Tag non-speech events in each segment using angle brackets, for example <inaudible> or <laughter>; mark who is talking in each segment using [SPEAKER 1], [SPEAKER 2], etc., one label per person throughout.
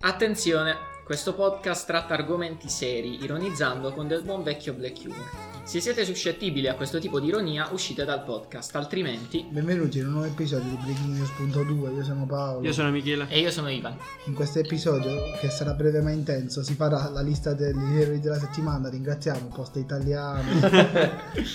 [SPEAKER 1] Attenzione! Questo podcast tratta argomenti seri, ironizzando con del buon vecchio black humor. Se siete suscettibili a questo tipo di ironia, uscite dal podcast, altrimenti...
[SPEAKER 2] Benvenuti in un nuovo episodio di Breaking News.2, io sono Paolo.
[SPEAKER 3] Io sono Michele.
[SPEAKER 1] E io sono Ivan.
[SPEAKER 2] In questo episodio, che sarà breve ma intenso, si farà la lista degli eroi della settimana. Ringraziamo Posta
[SPEAKER 3] <laughs>
[SPEAKER 2] Italiana.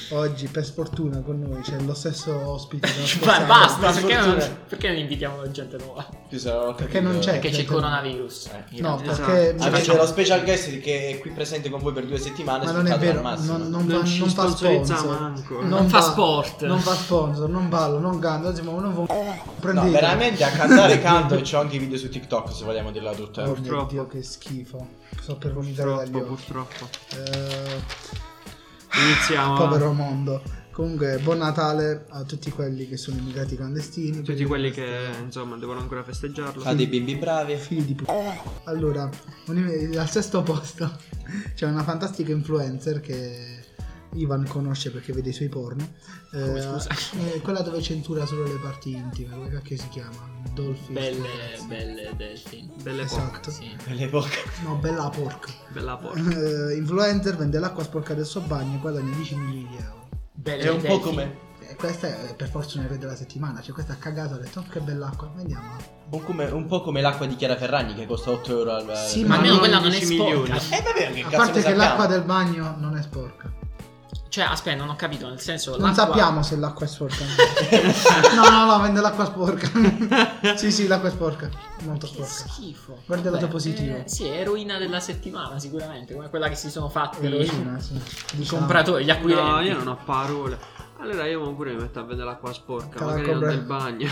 [SPEAKER 2] Oggi, per sfortuna, con noi c'è lo stesso ospite.
[SPEAKER 3] <laughs>
[SPEAKER 2] della
[SPEAKER 1] Ma
[SPEAKER 2] scorsa-
[SPEAKER 1] basta,
[SPEAKER 4] per
[SPEAKER 1] perché non,
[SPEAKER 4] fortuna.
[SPEAKER 1] perché non invitiamo gente nuova?
[SPEAKER 2] Certo,
[SPEAKER 4] Ci sarà
[SPEAKER 2] Perché non c'è?
[SPEAKER 1] Perché c'è il
[SPEAKER 2] gente-
[SPEAKER 1] coronavirus.
[SPEAKER 2] No,
[SPEAKER 3] Esatto.
[SPEAKER 2] perché...
[SPEAKER 3] Avete
[SPEAKER 4] Avete Ah, lo special guest che è qui presente con voi per due settimane.
[SPEAKER 2] Ma non è
[SPEAKER 4] sfruttato
[SPEAKER 2] vero,
[SPEAKER 4] al massimo.
[SPEAKER 2] non, non,
[SPEAKER 3] Non
[SPEAKER 2] fa,
[SPEAKER 3] ci
[SPEAKER 2] non fa
[SPEAKER 3] sponsorizza
[SPEAKER 2] sponsor.
[SPEAKER 3] manco, eh.
[SPEAKER 1] Non fa
[SPEAKER 2] va-
[SPEAKER 1] sport.
[SPEAKER 2] Non fa sponsor, non ballo, non canto, anzi, ma non vo-
[SPEAKER 4] No,
[SPEAKER 2] prendete.
[SPEAKER 4] veramente
[SPEAKER 2] <laughs>
[SPEAKER 4] a cantare canto e c'ho anche i video su TikTok se vogliamo dirla tutta.
[SPEAKER 2] Oh mio
[SPEAKER 3] Purtroppo.
[SPEAKER 2] Dio, che schifo. Sto per vomitare dagli
[SPEAKER 3] Purtroppo,
[SPEAKER 2] occhi.
[SPEAKER 3] purtroppo.
[SPEAKER 2] Eh,
[SPEAKER 3] Iniziamo.
[SPEAKER 2] povero mondo. Comunque, buon Natale a tutti quelli che sono immigrati clandestini.
[SPEAKER 3] Tutti quelli che insomma devono ancora festeggiarlo.
[SPEAKER 4] Fa dei bimbi bravi. <laughs>
[SPEAKER 2] Figli di puttana. Allora, un- al sesto posto <laughs> c'è una fantastica influencer che Ivan conosce perché vede i suoi porno. Eh,
[SPEAKER 1] Come, scusa?
[SPEAKER 2] <laughs> eh, quella dove centura solo le parti intime. Come cacchio si chiama? Dolphin.
[SPEAKER 1] Belle, belle delfin.
[SPEAKER 3] Belle porche.
[SPEAKER 2] Esatto.
[SPEAKER 1] Sì.
[SPEAKER 4] All'epoca.
[SPEAKER 2] No, bella porca. <laughs>
[SPEAKER 3] Bella porca.
[SPEAKER 2] Eh, influencer vende l'acqua sporca del suo bagno e guadagna 10 milioni di euro.
[SPEAKER 1] Belle
[SPEAKER 4] È un po'
[SPEAKER 1] delfin.
[SPEAKER 4] come.
[SPEAKER 2] Eh, questa è per forza un eroe della settimana. Cioè, questa ha cagato, ha detto, oh, che bell'acqua, vendiamola.
[SPEAKER 4] Un, come- un po' come l'acqua di Chiara Ferragni che costa 8 euro al.
[SPEAKER 2] Sì,
[SPEAKER 1] Ma
[SPEAKER 2] Ma
[SPEAKER 1] almeno
[SPEAKER 2] non
[SPEAKER 1] quella non è
[SPEAKER 3] 11
[SPEAKER 1] sporca.
[SPEAKER 3] milioni.
[SPEAKER 4] Eh, vabbè, che
[SPEAKER 2] A
[SPEAKER 4] cazzo
[SPEAKER 2] parte
[SPEAKER 4] ne
[SPEAKER 2] che
[SPEAKER 4] sappiamo?
[SPEAKER 2] l'acqua del bagno non è sporca.
[SPEAKER 1] Cioè, aspetta, non ho capito, nel senso...
[SPEAKER 2] Non
[SPEAKER 1] l'acqua-
[SPEAKER 2] sappiamo se l'acqua è sporca. no, <laughs> no, no, vende l'acqua
[SPEAKER 3] <laughs>
[SPEAKER 2] sporca. sì, sì, l'acqua è sporca. Molto
[SPEAKER 1] Che
[SPEAKER 2] sporca.
[SPEAKER 1] schifo.
[SPEAKER 2] Guarda il lato
[SPEAKER 1] Vabbè,
[SPEAKER 2] positivo.
[SPEAKER 1] eh, sì, è eroina della settimana, sicuramente, come quella che si sono fatti i
[SPEAKER 2] Eroina, sì. Diciamo.
[SPEAKER 1] compratori, gli acquirenti.
[SPEAKER 3] No, io non ho parole. Allora io pure mi metto a vedere l'acqua sporca,
[SPEAKER 2] Te la
[SPEAKER 3] magari non
[SPEAKER 2] compra-
[SPEAKER 3] del bagno.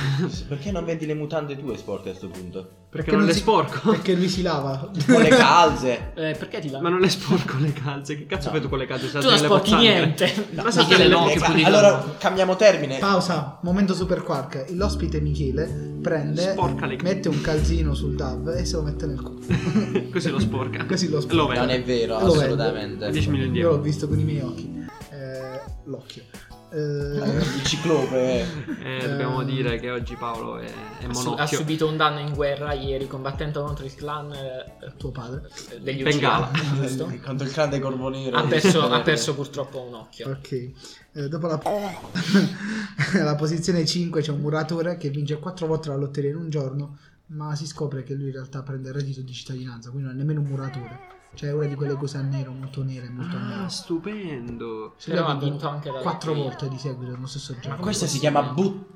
[SPEAKER 4] Perché non vendi le mutande tue sporche a sto
[SPEAKER 2] <laughs>
[SPEAKER 4] punto?
[SPEAKER 3] Perché non le
[SPEAKER 2] si-
[SPEAKER 3] sporco.
[SPEAKER 2] Perché lui si
[SPEAKER 3] <laughs>
[SPEAKER 2] lava.
[SPEAKER 4] Con le calze.
[SPEAKER 1] Eh, perché ti la...
[SPEAKER 3] Ma non le sporco le calze. Che cazzo
[SPEAKER 4] No.
[SPEAKER 3] fai tu con le calze?
[SPEAKER 1] tu
[SPEAKER 3] Salti
[SPEAKER 1] non
[SPEAKER 3] nelle
[SPEAKER 1] sporchi
[SPEAKER 3] pozzanghere.
[SPEAKER 1] niente.
[SPEAKER 3] <laughs> Ma
[SPEAKER 1] No,
[SPEAKER 3] salti
[SPEAKER 1] Michele
[SPEAKER 3] nelle
[SPEAKER 1] no.
[SPEAKER 3] bocche, pulite.
[SPEAKER 4] allora cambiamo termine.
[SPEAKER 2] Pausa, momento super quark. L'ospite Michele prende,
[SPEAKER 3] Sporca le-
[SPEAKER 2] mette un calzino sul DAV e se lo mette nel culo.
[SPEAKER 3] Così lo sporca.
[SPEAKER 2] Così lo sporca.
[SPEAKER 3] Lo
[SPEAKER 4] Non
[SPEAKER 3] vende.
[SPEAKER 4] è vero,
[SPEAKER 2] Lo vendo.
[SPEAKER 4] assolutamente.
[SPEAKER 3] 10 milioni di
[SPEAKER 2] Io l'ho
[SPEAKER 3] euro.
[SPEAKER 2] visto con i miei occhi. Eh, l'occhio. Eh,
[SPEAKER 3] <laughs>
[SPEAKER 4] Il ciclope.
[SPEAKER 3] Eh, dobbiamo
[SPEAKER 2] Ehm.
[SPEAKER 3] dire che oggi Paolo è, è
[SPEAKER 1] Ha su- ha
[SPEAKER 3] monocchio.
[SPEAKER 1] subito un danno in guerra ieri combattendo contro il clan eh,
[SPEAKER 2] tuo padre.
[SPEAKER 1] eh, degli
[SPEAKER 3] Bengala.
[SPEAKER 1] Uccidenti,
[SPEAKER 2] <laughs>
[SPEAKER 1] giusto?
[SPEAKER 4] Contro Eh, il grande corvo nero.
[SPEAKER 1] ha, perso, ha perso purtroppo un occhio.
[SPEAKER 2] Ok. Eh, dopo la... <laughs> la posizione 5 c'è un muratore che vince 4 volte la lotteria in un giorno, ma si scopre che lui in realtà prende il reddito di cittadinanza, quindi non è nemmeno un muratore. Cioè è una di quelle cose a nero, molto nere, e molto
[SPEAKER 3] Ah,
[SPEAKER 2] nero.
[SPEAKER 3] stupendo.
[SPEAKER 1] Però ha vinto anche la
[SPEAKER 2] 4
[SPEAKER 1] lotteria.
[SPEAKER 2] volte di seguito nello stesso gioco.
[SPEAKER 4] Ma questo si chiama bu...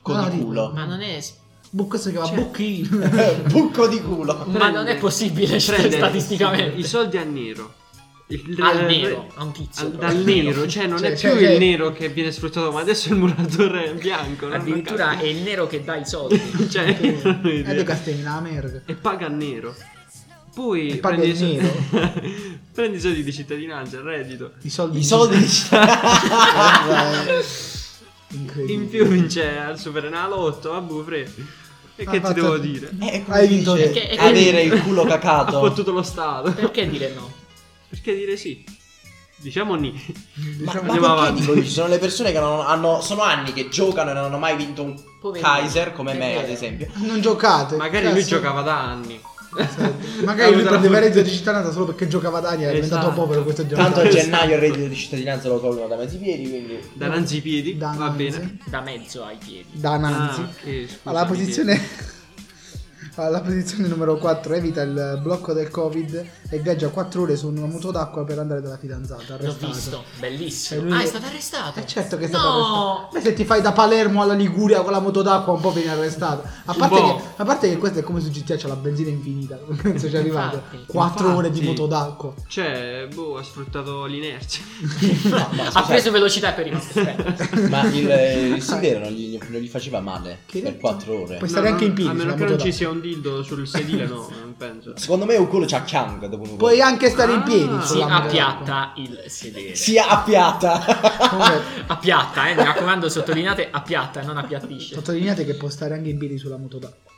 [SPEAKER 4] Con
[SPEAKER 2] No,
[SPEAKER 4] di
[SPEAKER 2] dico,
[SPEAKER 4] culo. <laughs>
[SPEAKER 1] Ma non è,
[SPEAKER 2] Bu- questo si chiama
[SPEAKER 3] Cioè-
[SPEAKER 2] <laughs> bucchino.
[SPEAKER 4] Bucco di culo.
[SPEAKER 1] ma non è possibile cioè,
[SPEAKER 3] Prendere
[SPEAKER 1] statisticamente.
[SPEAKER 3] I soldi a nero. Il-
[SPEAKER 1] Al nero, a un tizio.
[SPEAKER 3] Al-
[SPEAKER 1] però.
[SPEAKER 3] dal nero, cioè non
[SPEAKER 2] Cioè,
[SPEAKER 3] è
[SPEAKER 2] cioè,
[SPEAKER 3] più
[SPEAKER 2] cioè-
[SPEAKER 3] il nero che viene sfruttato, ma adesso è il muratore bianco. no?
[SPEAKER 1] Addirittura è il nero che dà i soldi.
[SPEAKER 3] <laughs> cioè,
[SPEAKER 1] <laughs>
[SPEAKER 3] io non ho idea.
[SPEAKER 2] E De Castelli, la merda.
[SPEAKER 3] e paga il nero. Poi
[SPEAKER 2] E paga
[SPEAKER 3] prendi,
[SPEAKER 2] il
[SPEAKER 3] i soldi- <laughs> prendi i soldi di cittadinanza, il reddito.
[SPEAKER 2] I soldi.
[SPEAKER 4] I soldi di
[SPEAKER 2] Guarda, è <laughs> Incredibile.
[SPEAKER 3] In più vince al Superenalotto, a Bufre. E
[SPEAKER 1] Ah,
[SPEAKER 2] Ha
[SPEAKER 3] che ti
[SPEAKER 2] fatto-
[SPEAKER 3] devo dire?
[SPEAKER 4] Eh, come
[SPEAKER 2] Hai
[SPEAKER 4] si
[SPEAKER 2] vinto
[SPEAKER 4] dice?
[SPEAKER 2] te.
[SPEAKER 1] Perché-
[SPEAKER 4] avere il culo
[SPEAKER 1] <laughs>
[SPEAKER 3] Ha
[SPEAKER 4] cacato.
[SPEAKER 3] fottuto lo Stato. <laughs>
[SPEAKER 1] Perché dire no?
[SPEAKER 3] Perché dire sì? Diciamo ni.
[SPEAKER 4] Ma, ma
[SPEAKER 2] Diciamo-
[SPEAKER 3] Andiamo
[SPEAKER 4] perché
[SPEAKER 3] avanti.
[SPEAKER 4] dico, ci sono le persone che non hanno, sono anni che giocano e non hanno mai vinto un
[SPEAKER 1] Poverino.
[SPEAKER 4] Kaiser come
[SPEAKER 1] È
[SPEAKER 4] me,
[SPEAKER 1] vero.
[SPEAKER 4] ad esempio.
[SPEAKER 2] Non
[SPEAKER 1] Eh,
[SPEAKER 2] giocate.
[SPEAKER 3] Magari lui
[SPEAKER 2] Cazzo.
[SPEAKER 3] giocava da anni.
[SPEAKER 2] Magari lui
[SPEAKER 3] Ha avuto la
[SPEAKER 2] prendeva il
[SPEAKER 3] fortuna.
[SPEAKER 2] reddito di cittadinanza solo perché giocava ad Ania, è diventato
[SPEAKER 3] Esatto.
[SPEAKER 2] povero questo gioco.
[SPEAKER 4] Tanto a gennaio il reddito di cittadinanza lo tolgono da mezzi piedi, quindi
[SPEAKER 3] Da Nanzi Piedi.
[SPEAKER 2] Da
[SPEAKER 3] Va
[SPEAKER 2] Nanzi.
[SPEAKER 3] bene.
[SPEAKER 1] Da mezzo ai piedi.
[SPEAKER 2] Da Nanzi.
[SPEAKER 3] Ah, ok, scusa,
[SPEAKER 2] alla
[SPEAKER 3] mi
[SPEAKER 2] posizione <laughs> alla posizione numero 4 evita il blocco del Covid e viaggia 4 ore su un mutuo d'acqua per andare dalla fidanzata,
[SPEAKER 1] L'ho
[SPEAKER 2] arrestato.
[SPEAKER 1] visto,
[SPEAKER 2] Cioè,
[SPEAKER 1] bellissimo.
[SPEAKER 2] lui-
[SPEAKER 1] Ah, è stato arrestato.
[SPEAKER 2] Eh, certo che è
[SPEAKER 1] no!
[SPEAKER 2] stato arrestato. Beh, se ti fai da Palermo alla Liguria con la moto d'acqua un po' vieni arrestato. A
[SPEAKER 3] Un
[SPEAKER 2] parte,
[SPEAKER 3] po'.
[SPEAKER 2] che, a parte che questo è come su GTA, c'è la benzina infinita. <laughs> Come cazzo ci arrivate?
[SPEAKER 1] Infatti.
[SPEAKER 2] 4 ore di
[SPEAKER 3] Infatti.
[SPEAKER 2] moto d'acqua.
[SPEAKER 3] Cioè, boh, ha sfruttato l'inerzia.
[SPEAKER 4] No,
[SPEAKER 1] <laughs>
[SPEAKER 4] ma
[SPEAKER 1] ha
[SPEAKER 4] scusate,
[SPEAKER 1] preso velocità e poi è
[SPEAKER 2] <laughs>
[SPEAKER 1] rimasto fermo.
[SPEAKER 4] ma il,
[SPEAKER 1] <laughs>
[SPEAKER 4] il sedere non gli, non gli faceva male
[SPEAKER 2] Che
[SPEAKER 4] per
[SPEAKER 2] detto?
[SPEAKER 4] 4 ore.
[SPEAKER 2] Puoi stare anche in piedi diciamo,
[SPEAKER 3] A
[SPEAKER 2] sulla
[SPEAKER 3] meno che
[SPEAKER 2] moto
[SPEAKER 3] non ci
[SPEAKER 2] d'acqua.
[SPEAKER 3] sia un dildo sul sedile, no, non penso.
[SPEAKER 4] Secondo me un culo c'ha Chiang dopo un
[SPEAKER 2] Puoi anche stare in
[SPEAKER 3] Ah.
[SPEAKER 2] piedi.
[SPEAKER 1] Si
[SPEAKER 2] sulla moto d'acqua.
[SPEAKER 1] appiatta il sedere.
[SPEAKER 4] Si appiata. <laughs>
[SPEAKER 2] Comunque,
[SPEAKER 1] Appiatta, eh, mi raccomando, sottolineate appiatta, non appiattisce.
[SPEAKER 2] Sottolineate che può stare anche in piedi sulla moto d'acqua.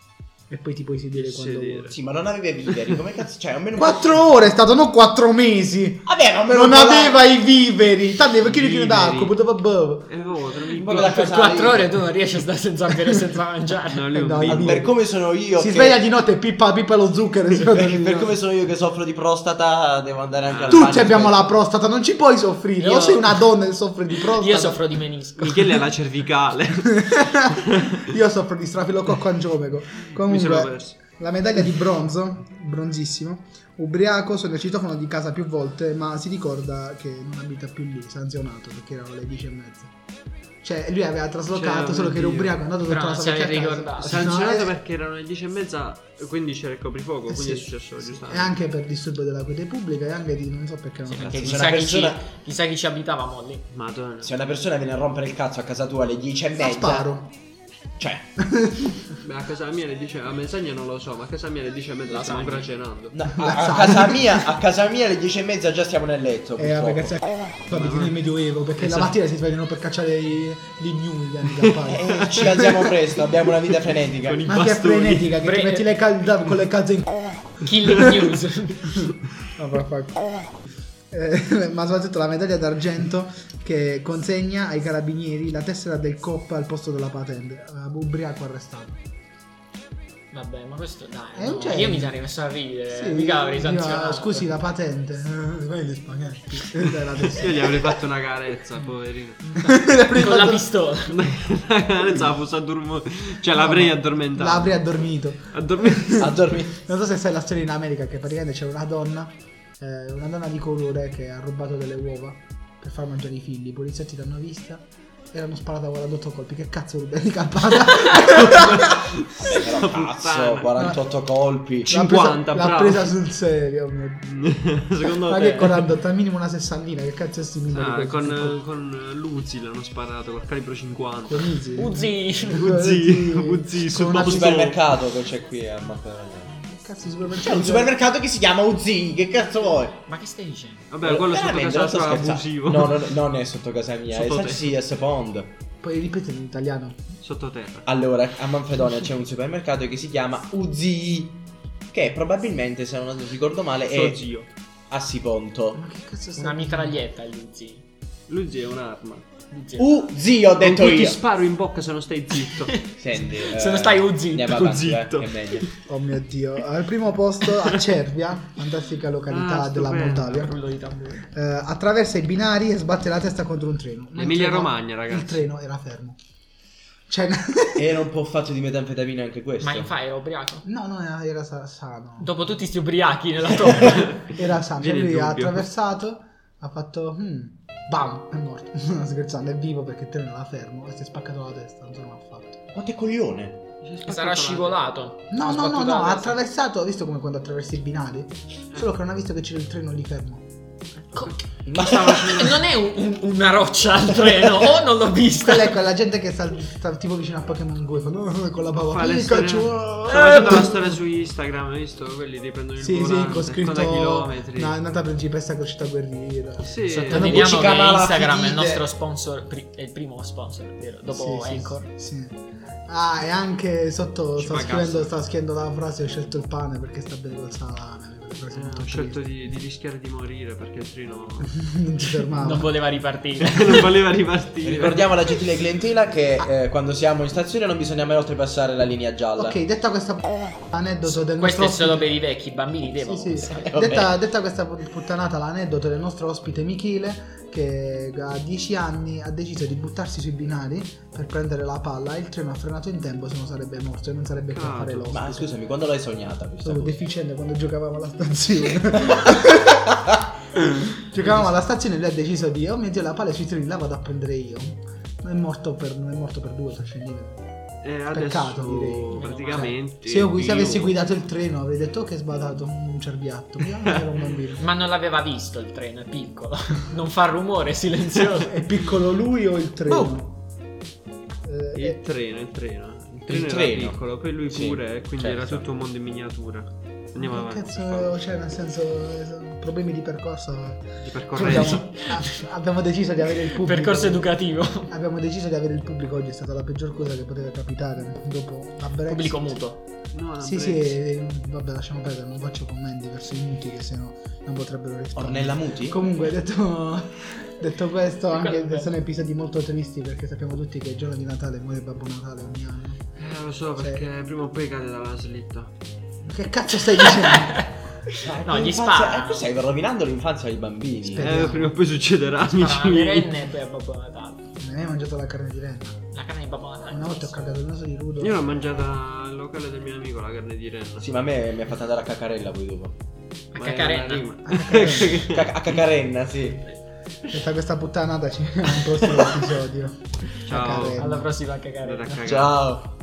[SPEAKER 2] E poi ti puoi sedere
[SPEAKER 3] Il
[SPEAKER 2] quando
[SPEAKER 3] sedere.
[SPEAKER 2] vuoi.
[SPEAKER 4] sì, ma non aveva i viveri, come cazzo? Cioè, almeno
[SPEAKER 2] 4 ore è stato, non 4 mesi.
[SPEAKER 4] Vabbè, ma almeno
[SPEAKER 2] Non
[SPEAKER 4] un po' la-
[SPEAKER 2] aveva i viveri. Tanto aveva chilo chilo
[SPEAKER 3] Viveri.
[SPEAKER 2] d'acqua, poteva bere.
[SPEAKER 3] E oh, trovi
[SPEAKER 2] Boh,
[SPEAKER 4] Proprio da
[SPEAKER 1] per
[SPEAKER 4] casa
[SPEAKER 1] 4
[SPEAKER 4] lì.
[SPEAKER 1] ore tu non riesci a stare senza bere e senza mangiare.
[SPEAKER 3] No, lui è un
[SPEAKER 2] No,
[SPEAKER 3] bimbo.
[SPEAKER 2] io-
[SPEAKER 4] Ah, Per come sono io
[SPEAKER 2] si
[SPEAKER 4] che-
[SPEAKER 2] sveglia di notte e pippa, pippa lo zucchero.
[SPEAKER 4] <laughs>
[SPEAKER 2] si sveglia
[SPEAKER 4] per,
[SPEAKER 2] di
[SPEAKER 4] per
[SPEAKER 2] notte.
[SPEAKER 4] come sono io che soffro di prostata, devo andare anche al
[SPEAKER 2] Tutti
[SPEAKER 4] bagno.
[SPEAKER 2] abbiamo la prostata, non ci puoi soffrire. O
[SPEAKER 1] Io-
[SPEAKER 2] sei una donna e soffri di prostata.
[SPEAKER 1] Io soffro di menisco.
[SPEAKER 3] Michele ha
[SPEAKER 2] <laughs>
[SPEAKER 3] la cervicale.
[SPEAKER 2] Io soffro di strafilococco angiomego.
[SPEAKER 3] Mi sono
[SPEAKER 2] Comunque,
[SPEAKER 3] perso.
[SPEAKER 2] la medaglia di bronzo, bronzissimo. Ubriaco, sono il citofono di casa più volte, ma si ricorda che non abita più lì, sanzionato perché erano le 10 e mezza. Cioè, lui aveva traslocato,
[SPEAKER 3] Cioè,
[SPEAKER 2] solo che era
[SPEAKER 3] oddio.
[SPEAKER 2] ubriaco, è andato
[SPEAKER 1] Però
[SPEAKER 2] dentro la
[SPEAKER 1] non
[SPEAKER 2] sua
[SPEAKER 1] si è
[SPEAKER 2] vecchia
[SPEAKER 1] ricordato.
[SPEAKER 2] casa.
[SPEAKER 3] Sanzionato
[SPEAKER 2] No, eh,
[SPEAKER 3] perché erano le 10 e mezza, quindi c'era il coprifuoco,
[SPEAKER 2] eh,
[SPEAKER 3] quindi
[SPEAKER 2] sì,
[SPEAKER 3] è successo
[SPEAKER 2] sì. Eh,
[SPEAKER 3] giustamente.
[SPEAKER 2] E anche per disturbo della quiete pubblica e anche di non so perché non
[SPEAKER 1] Sì, Eh,
[SPEAKER 2] so.
[SPEAKER 1] perché
[SPEAKER 4] Cazzo,
[SPEAKER 1] chissà,
[SPEAKER 4] una
[SPEAKER 1] chi ci,
[SPEAKER 4] persona-
[SPEAKER 1] chissà chi ci abitava mo lì.
[SPEAKER 3] Madonna.
[SPEAKER 2] Cioè.
[SPEAKER 4] Se una persona viene a rompere il cazzo a casa tua alle 10
[SPEAKER 2] La
[SPEAKER 4] e mezza,
[SPEAKER 2] sparo. <laughs>
[SPEAKER 4] cioè,
[SPEAKER 3] Beh, a casa mia le 10 a Mensagna non lo so, ma a casa mia le 10 e mezza
[SPEAKER 1] La
[SPEAKER 3] stiamo
[SPEAKER 1] sagna.
[SPEAKER 3] ancora cenando.
[SPEAKER 4] no, a,
[SPEAKER 2] La
[SPEAKER 4] a
[SPEAKER 2] sai.
[SPEAKER 4] casa mia, a casa mia alle 10 e mezza già stiamo nel letto.
[SPEAKER 2] Eh,
[SPEAKER 4] purtroppo.
[SPEAKER 2] vabbè, cazzo, abiti nel medioevo, perché la
[SPEAKER 3] Esatto.
[SPEAKER 2] mattina si svegliano per cacciare i- gli gnumi gli anni da fare.
[SPEAKER 4] Eh, ci alziamo presto, abbiamo una vita frenetica.
[SPEAKER 3] Con i-
[SPEAKER 2] Ma che
[SPEAKER 3] Bastoni.
[SPEAKER 2] frenetica, che
[SPEAKER 1] Bre-
[SPEAKER 2] ti metti le cal- con
[SPEAKER 1] <laughs>
[SPEAKER 2] le calze in
[SPEAKER 1] Killing News. <laughs>
[SPEAKER 2] No, per far- Eh, <laughs> ma soprattutto la medaglia d'argento che consegna ai carabinieri la tessera del COP al posto della patente. Eh, ubriaco arrestato.
[SPEAKER 1] Vabbè, ma questo dai.
[SPEAKER 2] È un
[SPEAKER 1] no,
[SPEAKER 2] genio.
[SPEAKER 1] Io mi sarei messo a ridere.
[SPEAKER 2] Sì,
[SPEAKER 1] Eh, mica avrei
[SPEAKER 2] dico,
[SPEAKER 1] sanzionato.
[SPEAKER 2] "Ah, Scusi, la patente. Eh, Vai gli
[SPEAKER 1] <laughs>
[SPEAKER 2] spaghetti. Dai, la
[SPEAKER 3] Io
[SPEAKER 2] tessera.
[SPEAKER 3] gli avrei fatto una carezza, poverino. <laughs>
[SPEAKER 2] <laughs>
[SPEAKER 1] Con la pistola.
[SPEAKER 3] una carezza la fosse addormentata. Cioè l'avrei addormentato.
[SPEAKER 2] L'avrei addormito.
[SPEAKER 3] Addormentato.
[SPEAKER 4] A dormire.
[SPEAKER 2] Non so se sai la storia in America che praticamente c'è una donna, eh, una donna di colore che ha rubato delle uova per far mangiare i figli. I poliziotti l'hanno vista e l'hanno sparata 48 colpi. Che cazzo ruba di
[SPEAKER 3] <laughs>
[SPEAKER 2] campana?
[SPEAKER 4] Eh, Però cazzo,
[SPEAKER 3] puttana.
[SPEAKER 4] 48 colpi.
[SPEAKER 2] L'ha
[SPEAKER 3] 50,
[SPEAKER 2] presa, l'ha
[SPEAKER 3] bravo.
[SPEAKER 2] presa sul serio. oh mio Dio. <laughs>
[SPEAKER 3] Secondo
[SPEAKER 2] Ma
[SPEAKER 3] te?
[SPEAKER 2] che 48, al minimo una sessantina, che cazzo è sti numeri?
[SPEAKER 3] Ah,
[SPEAKER 2] questi?
[SPEAKER 3] con, eh, con l'Uzi l'hanno sparato col calibro 50.
[SPEAKER 2] Con Uzi.
[SPEAKER 1] Uzi.
[SPEAKER 3] Uzi, Uzi,
[SPEAKER 2] con
[SPEAKER 3] sul
[SPEAKER 2] una
[SPEAKER 4] Un
[SPEAKER 3] posto.
[SPEAKER 4] supermercato che c'è qui a Mattarella.
[SPEAKER 2] Cazzo,
[SPEAKER 4] C'è un
[SPEAKER 2] supermercato.
[SPEAKER 4] supermercato che si chiama Uzi, che cazzo vuoi?
[SPEAKER 1] Ma che stai dicendo?
[SPEAKER 3] Vabbè,
[SPEAKER 2] Eh,
[SPEAKER 3] quello sotto
[SPEAKER 4] Veramente, non
[SPEAKER 3] casa
[SPEAKER 4] sto
[SPEAKER 3] era
[SPEAKER 4] scherzando.
[SPEAKER 3] abusivo. <laughs>
[SPEAKER 4] No, no, no, non è sotto casa mia,
[SPEAKER 3] Sotto
[SPEAKER 4] è
[SPEAKER 3] te.
[SPEAKER 4] CS Pond.
[SPEAKER 2] Poi ripetere in italiano.
[SPEAKER 3] Sottoterra.
[SPEAKER 4] Allora, a Manfredonia c'è un supermercato che si chiama Uzi, che probabilmente, se non ricordo
[SPEAKER 2] Eh.
[SPEAKER 4] male,
[SPEAKER 3] Suo
[SPEAKER 4] è
[SPEAKER 3] zio.
[SPEAKER 4] Assiponto.
[SPEAKER 2] Ma che cazzo sta
[SPEAKER 1] Una mitraglietta agli Uzi.
[SPEAKER 3] L'Uzi è un'arma.
[SPEAKER 1] Uzi.
[SPEAKER 2] Uh,
[SPEAKER 4] Uzi, ho detto
[SPEAKER 3] Con cui
[SPEAKER 4] io.
[SPEAKER 3] Ti sparo in bocca se non stai <laughs> zitto.
[SPEAKER 4] Senti,
[SPEAKER 1] Se non stai Uzi,
[SPEAKER 4] Uzi, andiamo avanti,
[SPEAKER 3] zitto.
[SPEAKER 4] eh, è meglio.
[SPEAKER 2] Oh mio Dio. Al primo posto a Cervia, fantastica località
[SPEAKER 3] Ah,
[SPEAKER 2] della
[SPEAKER 3] stupendo.
[SPEAKER 2] Moldavia.
[SPEAKER 1] Rullo di tamburo.
[SPEAKER 2] eh, attraversa i binari e sbatte la testa contro un treno. Ma il
[SPEAKER 3] Emilia
[SPEAKER 2] treno-
[SPEAKER 3] Romagna, ragazzi.
[SPEAKER 2] Il treno era fermo. Cioè, <laughs>
[SPEAKER 4] Era un po' fatto di metanfetamina anche questo.
[SPEAKER 1] Ma infatti era ubriaco.
[SPEAKER 2] no, no, era, era sa- sano.
[SPEAKER 1] Dopo tutti sti ubriachi nella tomba.
[SPEAKER 2] Era sano. Cioè,
[SPEAKER 3] Viene il
[SPEAKER 2] lui ha
[SPEAKER 3] dubbio.
[SPEAKER 2] attraversato, ha fatto. "Hmm", bam, è morto. <laughs> No, scherzando, è vivo perché il treno era fermo e si è spaccato la testa. Non so come ha fatto.
[SPEAKER 4] Quanto è coglione?
[SPEAKER 1] Sarà scivolato.
[SPEAKER 2] No,
[SPEAKER 1] Ha
[SPEAKER 2] no, no,
[SPEAKER 1] sbattuto
[SPEAKER 2] no,
[SPEAKER 1] la
[SPEAKER 2] ha
[SPEAKER 1] testa.
[SPEAKER 2] attraversato. Ha visto come quando attraversi i binari?
[SPEAKER 3] Eh.
[SPEAKER 2] Solo che non ha visto che c'era il treno lì fermo.
[SPEAKER 1] Co-
[SPEAKER 4] Ma
[SPEAKER 1] non è un- un- una roccia al treno. O non l'ho vista.
[SPEAKER 2] Quella è quella gente che sta, sta tipo vicino a Pokémon Go e fa "No", con la
[SPEAKER 3] Fa
[SPEAKER 2] pava.
[SPEAKER 3] le
[SPEAKER 2] Pikachu.
[SPEAKER 3] storie-
[SPEAKER 2] ah".
[SPEAKER 3] Sto facendo la storia su Instagram, hai visto? Quelli ti prendono il
[SPEAKER 2] Sì, sì,
[SPEAKER 3] volante,
[SPEAKER 2] con scritto
[SPEAKER 3] 50 chilometri.
[SPEAKER 2] No, è andata principessa crocetta guerriera.
[SPEAKER 3] Sì, eh,
[SPEAKER 4] non
[SPEAKER 1] Sottolineiamo
[SPEAKER 4] ci
[SPEAKER 1] che
[SPEAKER 4] chiamava
[SPEAKER 1] Instagram è il
[SPEAKER 4] Fidide.
[SPEAKER 1] nostro sponsor. pri- è il primo sponsor, vero? Dopo
[SPEAKER 2] Sì, sì,
[SPEAKER 1] Anchor.
[SPEAKER 2] Sì. Ah, e anche sotto
[SPEAKER 3] Ci
[SPEAKER 2] sta
[SPEAKER 3] fa
[SPEAKER 2] scrivendo,
[SPEAKER 3] cazzo.
[SPEAKER 2] sta scrivendo la frase ho scelto il pane perché sta bene col salame. quelle frasi
[SPEAKER 3] Eh,
[SPEAKER 2] molto
[SPEAKER 3] ho scelto
[SPEAKER 2] tristi.
[SPEAKER 3] di, di rischiare di morire perché
[SPEAKER 2] <laughs>
[SPEAKER 3] il treno
[SPEAKER 2] non
[SPEAKER 1] <laughs>
[SPEAKER 2] si fermava.
[SPEAKER 1] Non voleva ripartire.
[SPEAKER 3] non voleva ripartire.
[SPEAKER 4] <laughs> Ricordiamo alla gentile clientela che eh, quando siamo in stazione non bisogna mai oltrepassare la linea gialla.
[SPEAKER 2] Ok, detta questa p- aneddoto del
[SPEAKER 1] Questo è
[SPEAKER 2] nostro
[SPEAKER 1] solo per i vecchi, i bambini devono.
[SPEAKER 2] Sì, sì.
[SPEAKER 1] pensare.
[SPEAKER 4] Vabbè.
[SPEAKER 2] Detta, detta questa put- puttanata l'aneddoto del nostro ospite Michele che a 10 anni ha deciso di buttarsi sui binari per prendere la palla e il treno ha frenato in tempo se non sarebbe morto e non sarebbe per
[SPEAKER 3] Cazzo.
[SPEAKER 2] fare l'ospite.
[SPEAKER 4] Ma scusami, quando l'hai sognata questa
[SPEAKER 2] Sono
[SPEAKER 4] cosa?
[SPEAKER 2] deficiente quando giocavamo
[SPEAKER 1] <laughs>
[SPEAKER 2] alla stazione. <laughs> giocavamo alla stazione e lui ha deciso di, oh mio dio, la palla è sui treni, la vado a prendere io. Non è morto per, non è morto per due, per centimetri.
[SPEAKER 3] Eh,
[SPEAKER 2] Peccato,
[SPEAKER 3] adesso
[SPEAKER 2] direi.
[SPEAKER 3] praticamente
[SPEAKER 2] Se, io, se avessi
[SPEAKER 3] io-
[SPEAKER 2] guidato il treno avrei detto, oh che sbadato, un cerbiatto. Ma non era un bambino.
[SPEAKER 1] Ma non l'aveva visto il treno, è piccolo. Non fa
[SPEAKER 2] <laughs>
[SPEAKER 1] rumore, è silenzioso.
[SPEAKER 2] È piccolo lui o il treno? Eh,
[SPEAKER 3] il treno, il treno. Il treno era
[SPEAKER 4] treno.
[SPEAKER 3] piccolo, poi lui
[SPEAKER 4] Sì,
[SPEAKER 3] pure, eh, quindi
[SPEAKER 4] certo.
[SPEAKER 3] era tutto un mondo in miniatura. Andiamo
[SPEAKER 2] che
[SPEAKER 3] avanti.
[SPEAKER 2] cazzo, cioè nel senso, eh, problemi di percorso.
[SPEAKER 3] Di
[SPEAKER 2] Abbiamo,
[SPEAKER 3] percorrenza.
[SPEAKER 2] ah, abbiamo deciso di avere il pubblico.
[SPEAKER 1] Percorso educativo.
[SPEAKER 2] Abbiamo deciso di avere il pubblico oggi, è stata la peggior cosa che poteva capitare dopo la Brexit.
[SPEAKER 1] Pubblico muto.
[SPEAKER 3] No, la
[SPEAKER 2] Sì, sì,
[SPEAKER 3] Brexit.
[SPEAKER 2] eh, vabbè, lasciamo perdere, non faccio commenti verso i muti che sennò non potrebbero rispondere.
[SPEAKER 4] Ornella Muti?
[SPEAKER 2] Comunque, detto, <laughs> detto questo, anche
[SPEAKER 1] Quello-
[SPEAKER 2] sono episodi molto tristi perché sappiamo tutti che il giorno di Natale muore Babbo Natale ogni anno.
[SPEAKER 3] Eh, lo so
[SPEAKER 2] Sì.
[SPEAKER 3] perché prima o poi cade dalla slitta. Eh,
[SPEAKER 2] Ma Che cazzo stai
[SPEAKER 4] <laughs>
[SPEAKER 2] dicendo?
[SPEAKER 4] Ah,
[SPEAKER 1] No,
[SPEAKER 4] che
[SPEAKER 1] gli
[SPEAKER 4] infanzia-
[SPEAKER 1] sparano.
[SPEAKER 4] eh, tu stai rovinando l'infanzia dei bambini.
[SPEAKER 2] Spero. Vediamo.
[SPEAKER 3] Eh, prima o poi succederà,
[SPEAKER 1] Ma
[SPEAKER 3] amici
[SPEAKER 1] la
[SPEAKER 3] miei.
[SPEAKER 1] renne e poi a Babbo Natale.
[SPEAKER 2] Non hai mai mangiato la carne di renna?
[SPEAKER 1] La carne di Babbo
[SPEAKER 4] Ah,
[SPEAKER 1] Natale.
[SPEAKER 2] Una volta ho cagato il naso di Rudo.
[SPEAKER 3] Io l'ho mangiata al locale del mio amico la carne di renna.
[SPEAKER 4] Sì, ma a me mi ha fatto andare a cacarella
[SPEAKER 1] <laughs>
[SPEAKER 4] poi dopo.
[SPEAKER 1] A
[SPEAKER 3] Ma era
[SPEAKER 1] Cacarenna.
[SPEAKER 3] una rima. <laughs>
[SPEAKER 2] A Cacarenna.
[SPEAKER 4] Cac- a cacarenna, sì.
[SPEAKER 2] Detta questa puttanata ci vediamo al prossimo episodio.
[SPEAKER 3] Ciao.
[SPEAKER 2] Cacarella.
[SPEAKER 1] Alla prossima
[SPEAKER 3] Era
[SPEAKER 1] cagare.
[SPEAKER 3] cagata.
[SPEAKER 4] Ciao.